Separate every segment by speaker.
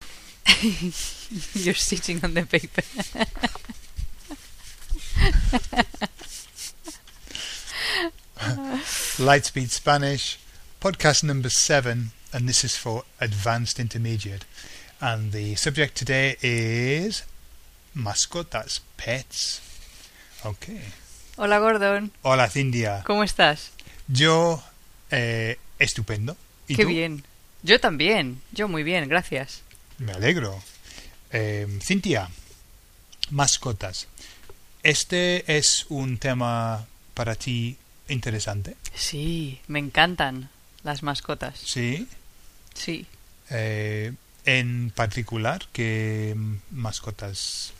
Speaker 1: You're sitting on the paper.
Speaker 2: Lightspeed Spanish, podcast number seven, and this is for advanced intermediate. And the subject today is mascot, that's pets. Okay.
Speaker 1: Hola Gordon,
Speaker 2: Hola, Cindia.
Speaker 1: ¿cómo estás?
Speaker 2: Yo, eh, estupendo. ¿Y
Speaker 1: Qué
Speaker 2: tú?
Speaker 1: bien. Yo también. Yo muy bien, gracias.
Speaker 2: Me alegro. Eh, Cintia, mascotas. Este es un tema para ti interesante.
Speaker 1: Sí, me encantan las mascotas.
Speaker 2: Sí.
Speaker 1: Sí.
Speaker 2: Eh, en particular, ¿qué mascotas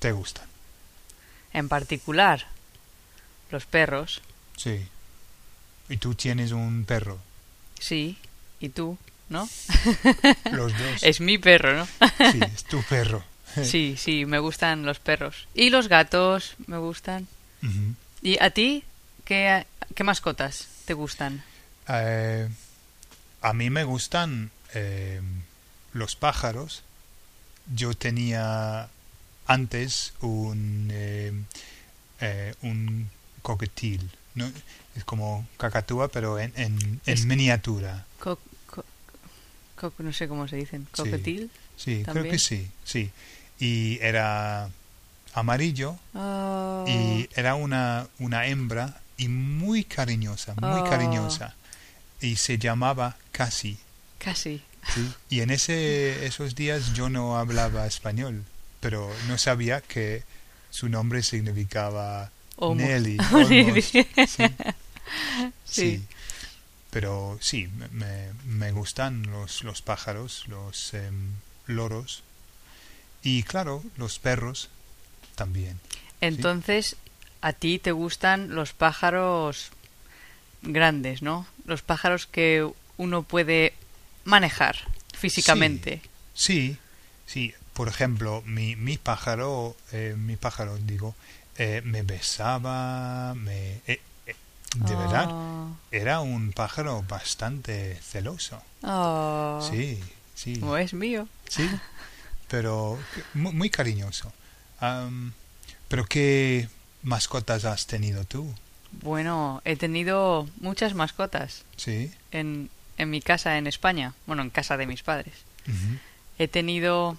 Speaker 2: te gustan?
Speaker 1: En particular, los perros.
Speaker 2: Sí. Y tú tienes un perro.
Speaker 1: Sí. ¿Y tú? ¿No?
Speaker 2: Los dos.
Speaker 1: Es mi perro, ¿no?
Speaker 2: Sí, es tu perro.
Speaker 1: Sí, sí, me gustan los perros. Y los gatos me gustan.
Speaker 2: Ujú.
Speaker 1: ¿Y a ti qué, qué mascotas te gustan?
Speaker 2: Eh, a mí me gustan eh, los pájaros. Yo tenía antes un, eh, eh, un coquetil. ¿no? Es como cacatúa, pero en, en- en
Speaker 1: Es-
Speaker 2: miniatura.
Speaker 1: Co- co- co- no sé cómo se dicen.
Speaker 2: Sí.
Speaker 1: ¿Coquetil?
Speaker 2: Sí, creo que
Speaker 1: ¿También?
Speaker 2: sí, sí. Y era amarillo
Speaker 1: Oh,
Speaker 2: y era una, una hembra y muy cariñosa, muy
Speaker 1: Oh.
Speaker 2: cariñosa. Y se llamaba Casi.
Speaker 1: Casi.
Speaker 2: Sí, Y en ese, esos días yo no hablaba español, pero no sabía que su nombre significaba
Speaker 1: Homo.
Speaker 2: Nelly.
Speaker 1: Nelly.
Speaker 2: almost, sí,
Speaker 1: Sí.
Speaker 2: sí. Pero sí, me- me, me gustan los, los pájaros, los em, loros y claro, los perros también.
Speaker 1: Entonces, a ti te gustan los pájaros grandes, ¿no? Los pájaros que uno puede manejar físicamente.
Speaker 2: Sí, sí. Por ejemplo, mi, mi pájaro, eh, mi pájaro, digo, eh, me besaba, me... eh, eh, de verdad,
Speaker 1: Oh,
Speaker 2: Era un pájaro bastante celoso.
Speaker 1: oh.
Speaker 2: Sí, sí,
Speaker 1: Como es Pues mío.
Speaker 2: sí. Pero muy, muy cariñoso. Am, pero ¿qué mascotas has tenido tú?
Speaker 1: Bueno, he tenido muchas mascotas
Speaker 2: Sí.
Speaker 1: en, en mi casa en España. Bueno, en casa de mis padres.
Speaker 2: Ujú.
Speaker 1: He tenido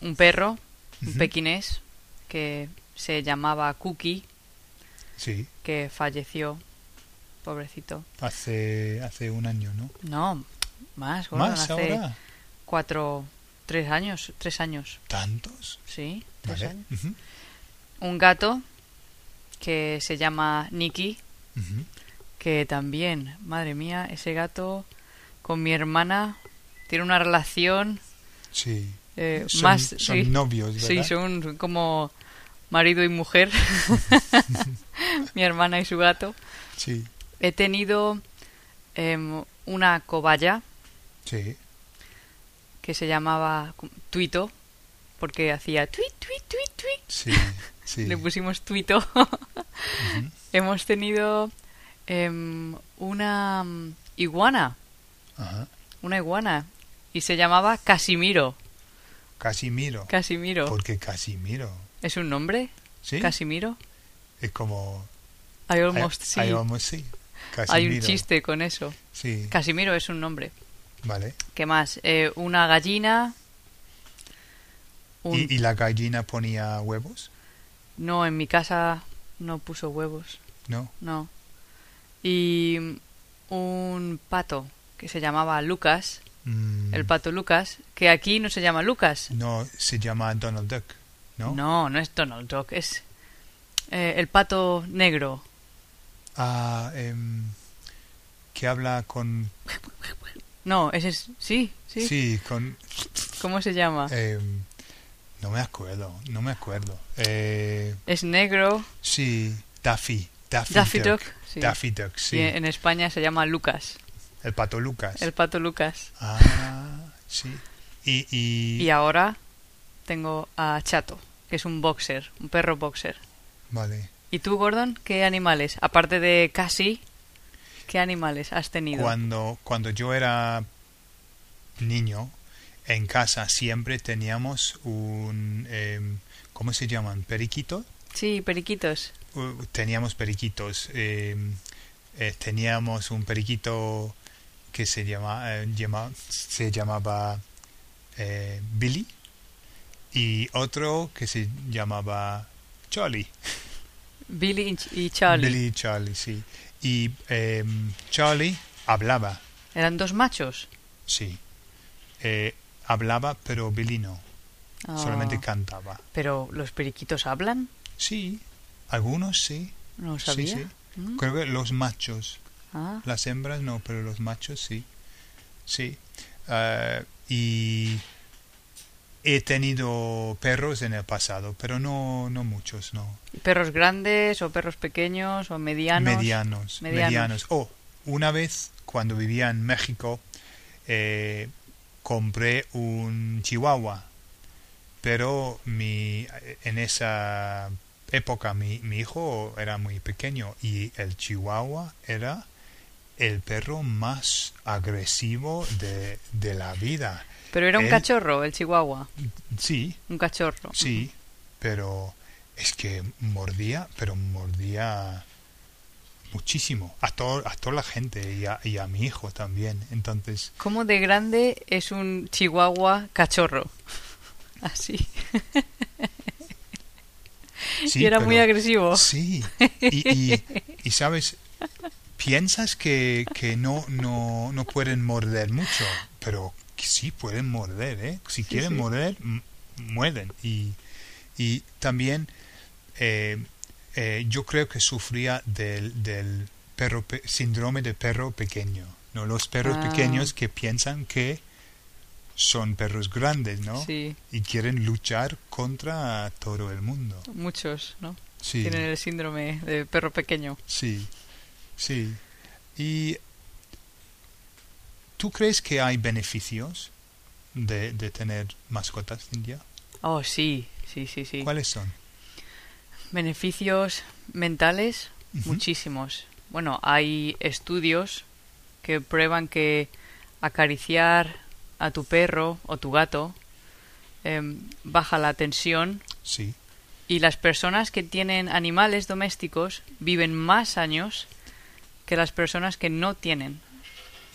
Speaker 1: un perro, un
Speaker 2: Ujú.
Speaker 1: pequinés, que se llamaba Cookie,
Speaker 2: Sí,
Speaker 1: que falleció. Pobrecito.
Speaker 2: hace, hace un año, ¿no?
Speaker 1: No, más, Gordon,
Speaker 2: ¿Más
Speaker 1: hace
Speaker 2: ahora?
Speaker 1: cuatro, tres años, tres años,
Speaker 2: ¿Tantos?
Speaker 1: sí, tres
Speaker 2: Vale.
Speaker 1: años.
Speaker 2: Ujú,
Speaker 1: Un gato que se llama Nicky,
Speaker 2: ujú.
Speaker 1: que también, madre mía, ese gato con mi hermana tiene una relación
Speaker 2: Sí.
Speaker 1: eh,
Speaker 2: Son,
Speaker 1: más...
Speaker 2: son
Speaker 1: sí,
Speaker 2: novios, ¿verdad?
Speaker 1: sí, son como marido y mujer, mi hermana y su gato.
Speaker 2: Sí,
Speaker 1: He tenido em, una cobaya
Speaker 2: sí.
Speaker 1: que se llamaba cu- Tuito, porque hacía tuit, tuit, tuit, tuit.
Speaker 2: Sí, sí.
Speaker 1: Le pusimos Tuito.
Speaker 2: Ujú.
Speaker 1: Hemos tenido em, una mm, iguana,
Speaker 2: Ajá.
Speaker 1: una iguana, y se llamaba Casimiro.
Speaker 2: Casimiro.
Speaker 1: Casimiro.
Speaker 2: Porque Casimiro.
Speaker 1: ¿Es un nombre?
Speaker 2: Sí.
Speaker 1: Casimiro.
Speaker 2: es como
Speaker 1: I almost
Speaker 2: I-
Speaker 1: sí.
Speaker 2: I almost see.
Speaker 1: Hay un
Speaker 2: Casimiro.
Speaker 1: chiste con eso.
Speaker 2: Sí,
Speaker 1: Casimiro es un nombre.
Speaker 2: vale.
Speaker 1: ¿Qué más? Eh, una gallina. un-
Speaker 2: ¿Y, y la gallina ponía huevos?
Speaker 1: No, en mi casa no puso huevos.
Speaker 2: No.
Speaker 1: No. Y un pato que se llamaba Lucas,
Speaker 2: Mm,
Speaker 1: el pato Lucas, que aquí no se llama Lucas.
Speaker 2: No, se llama Donald Duck, ¿no?
Speaker 1: no, no es Donald Duck, es eh, el pato negro.
Speaker 2: Ah, em, que habla con...
Speaker 1: No, ese es... Sí, sí.
Speaker 2: Sí, con...
Speaker 1: ¿Cómo se llama?
Speaker 2: em, no me acuerdo, no me acuerdo. Eh,
Speaker 1: Es negro,
Speaker 2: sí, Daffy. Daffy,
Speaker 1: Daffy
Speaker 2: Duck.
Speaker 1: Duck. sí.
Speaker 2: Daffy Duck, sí.
Speaker 1: Y en España se llama Lucas,
Speaker 2: El pato Lucas.
Speaker 1: el pato Lucas.
Speaker 2: Ah, sí. Y... y...
Speaker 1: Y ahora tengo a Chato, que es un boxer, un perro boxer.
Speaker 2: Vale.
Speaker 1: ¿Y tú, Gordon, qué animales, aparte de casi, qué animales has tenido?
Speaker 2: cuando, cuando yo era niño, en casa siempre teníamos un, eh, ¿cómo se llaman? ¿Periquito?
Speaker 1: Sí, periquitos.
Speaker 2: Uh, teníamos periquitos. eh, eh, teníamos un periquito que se, llama, eh, llama- se llamaba eh, Billy y otro que se llamaba Charlie.
Speaker 1: Billy y Ch- y Charlie.
Speaker 2: Billy y Charlie, sí. Y em, Charlie hablaba,
Speaker 1: Eran dos machos.
Speaker 2: sí. Eh, hablaba, pero Billy no.
Speaker 1: Ah,
Speaker 2: Solamente cantaba.
Speaker 1: Pero los periquitos hablan.
Speaker 2: Sí, algunos sí.
Speaker 1: No sabía.
Speaker 2: Sí, sí.
Speaker 1: Mm.
Speaker 2: Creo que los machos.
Speaker 1: Ah,
Speaker 2: Las hembras no, pero los machos sí. Sí. Ah, y he tenido perros en el pasado, pero no, no muchos, no.
Speaker 1: Perros grandes o perros pequeños o medianos.
Speaker 2: Medianos.
Speaker 1: Medianos.
Speaker 2: Medianos. Oh, una vez cuando vivía en México, eh, compré un chihuahua, pero mi, en esa época mi, mi hijo era muy pequeño y el chihuahua era el perro más agresivo de, de la vida.
Speaker 1: Pero era un
Speaker 2: Él-
Speaker 1: cachorro, el chihuahua.
Speaker 2: Sí,
Speaker 1: Un cachorro.
Speaker 2: Sí, pero es que mordía, pero mordía muchísimo. A, todo, a toda la gente y a, y a mi hijo también. Entonces,
Speaker 1: ¿Cómo de grande es un chihuahua cachorro? Así.
Speaker 2: sí.
Speaker 1: y era
Speaker 2: pero-
Speaker 1: muy agresivo.
Speaker 2: Sí. Y, y- y, sabes, piensas que, que no, no, no pueden morder mucho, pero que sí pueden morder, ¿eh? Si quieren
Speaker 1: sí.
Speaker 2: morder, m- muerden. Y, y también eh, eh, yo creo que sufría del, del perro pe- síndrome de perro pequeño, ¿no? Los perros
Speaker 1: Ah.
Speaker 2: pequeños que piensan que son perros grandes, ¿no?
Speaker 1: Sí,
Speaker 2: Y quieren luchar contra todo el mundo.
Speaker 1: muchos, ¿no?
Speaker 2: Sí.
Speaker 1: Tienen el síndrome de perro pequeño.
Speaker 2: Sí, sí. ¿Y tú crees que hay beneficios de, de tener mascotas, Cintia?
Speaker 1: Oh, sí, sí, sí, sí.
Speaker 2: ¿Cuáles son?
Speaker 1: Beneficios mentales,
Speaker 2: Ujú.
Speaker 1: muchísimos. Bueno, hay estudios que prueban que acariciar a tu perro o tu gato em, baja la tensión
Speaker 2: Sí,
Speaker 1: y las personas que tienen animales domésticos viven más años que las personas que no tienen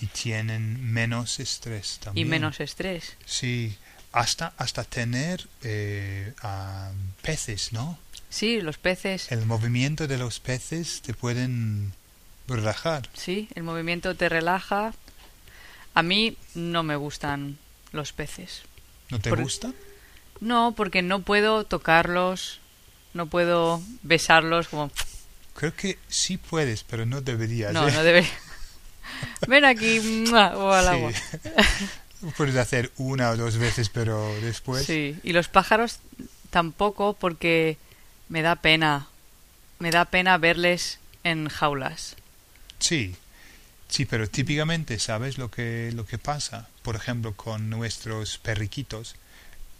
Speaker 2: y tienen menos estrés
Speaker 1: y
Speaker 2: también.
Speaker 1: menos estrés.
Speaker 2: Sí, hasta, hasta tener eh, ah, peces, ¿no?
Speaker 1: Sí, los peces,
Speaker 2: El movimiento de los peces te pueden relajar.
Speaker 1: sí, el movimiento te relaja. A mí no me gustan los peces.
Speaker 2: ¿No te
Speaker 1: Por-
Speaker 2: gusta?
Speaker 1: No, porque no puedo tocarlos, no puedo besarlos, como
Speaker 2: Creo que sí puedes, pero no deberías.
Speaker 1: no,
Speaker 2: ¿eh?
Speaker 1: no debería. Ven aquí, ¡mua! o al
Speaker 2: Sí.
Speaker 1: agua.
Speaker 2: Puedes hacer una o dos veces, pero después.
Speaker 1: Sí, y los pájaros tampoco porque me da pena. Me da pena verles en jaulas.
Speaker 2: Sí, sí, pero típicamente sabes lo que, lo que pasa. Por ejemplo, con nuestros perriquitos,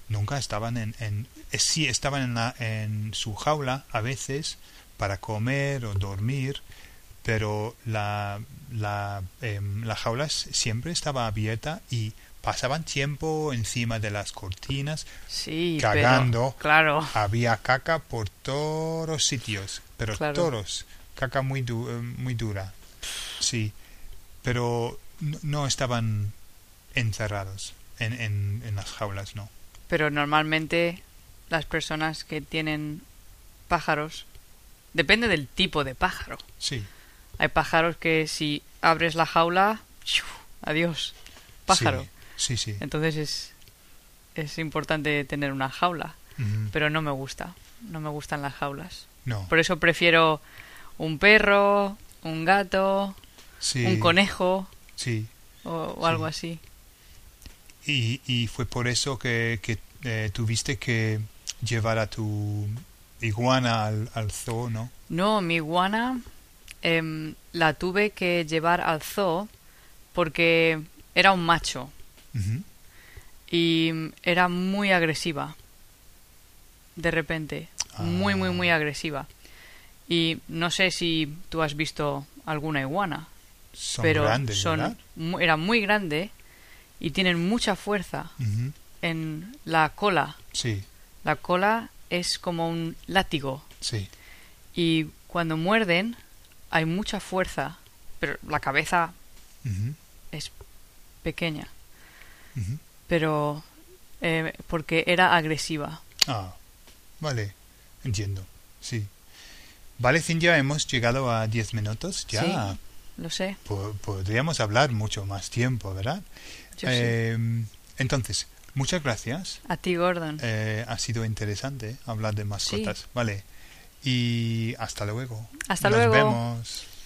Speaker 2: nunca estaban en, en eh, sí estaban en, la- en su jaula a veces para comer o dormir, pero la, la, em, la jaula s- siempre estaba abierta y pasaban tiempo encima de las cortinas.
Speaker 1: Sí,
Speaker 2: Cagando.
Speaker 1: pero claro.
Speaker 2: Había caca por todos sitios, pero
Speaker 1: Claro.
Speaker 2: todos. Caca muy, du- eh, muy dura. Sí, pero no, no estaban encerrados en, en, en las jaulas, no.
Speaker 1: Pero normalmente las personas que tienen pájaros depende del tipo de pájaro.
Speaker 2: Sí,
Speaker 1: Hay pájaros que si abres la jaula, ¡shiu! adiós, pájaro.
Speaker 2: Sí, sí. sí.
Speaker 1: Entonces es es importante tener una jaula,
Speaker 2: Ujú.
Speaker 1: pero no me gusta. No me gustan las jaulas.
Speaker 2: Mm-hmm. No.
Speaker 1: Por eso prefiero un perro, un gato,
Speaker 2: Sí,
Speaker 1: un conejo
Speaker 2: Sí.
Speaker 1: o, o algo así.
Speaker 2: Y, y fue por eso que, que eh, tuviste que llevar a tu iguana al, al zoo, ¿no?
Speaker 1: No, mi iguana em, la tuve que llevar al zoo porque era un macho
Speaker 2: Ujú.
Speaker 1: y mm, era muy agresiva. De repente, muy, muy,
Speaker 2: Ah.
Speaker 1: muy agresiva. Y no sé si tú has visto alguna iguana.
Speaker 2: Son
Speaker 1: pero
Speaker 2: grandes,
Speaker 1: son
Speaker 2: ¿verdad?
Speaker 1: mu- era muy grande y tienen mucha fuerza
Speaker 2: Ujú.
Speaker 1: en la cola.
Speaker 2: Mm-hmm. Sí,
Speaker 1: La cola es como un látigo
Speaker 2: sí,
Speaker 1: y cuando muerden hay mucha fuerza, pero la cabeza
Speaker 2: Ujú,
Speaker 1: es pequeña,
Speaker 2: ujú.
Speaker 1: pero eh, porque era agresiva.
Speaker 2: Ah, vale, entiendo, sí. Vale, Cintia, hemos llegado a 10 minutos ya.
Speaker 1: Sí. Lo sé,
Speaker 2: Po- podríamos hablar mucho más tiempo, ¿verdad?
Speaker 1: yo sí.
Speaker 2: Eh, Entonces, muchas gracias.
Speaker 1: A ti, Gordon.
Speaker 2: Eh, ha sido interesante hablar de mascotas. Vale, y hasta luego.
Speaker 1: Hasta
Speaker 2: Nos
Speaker 1: luego.
Speaker 2: vemos.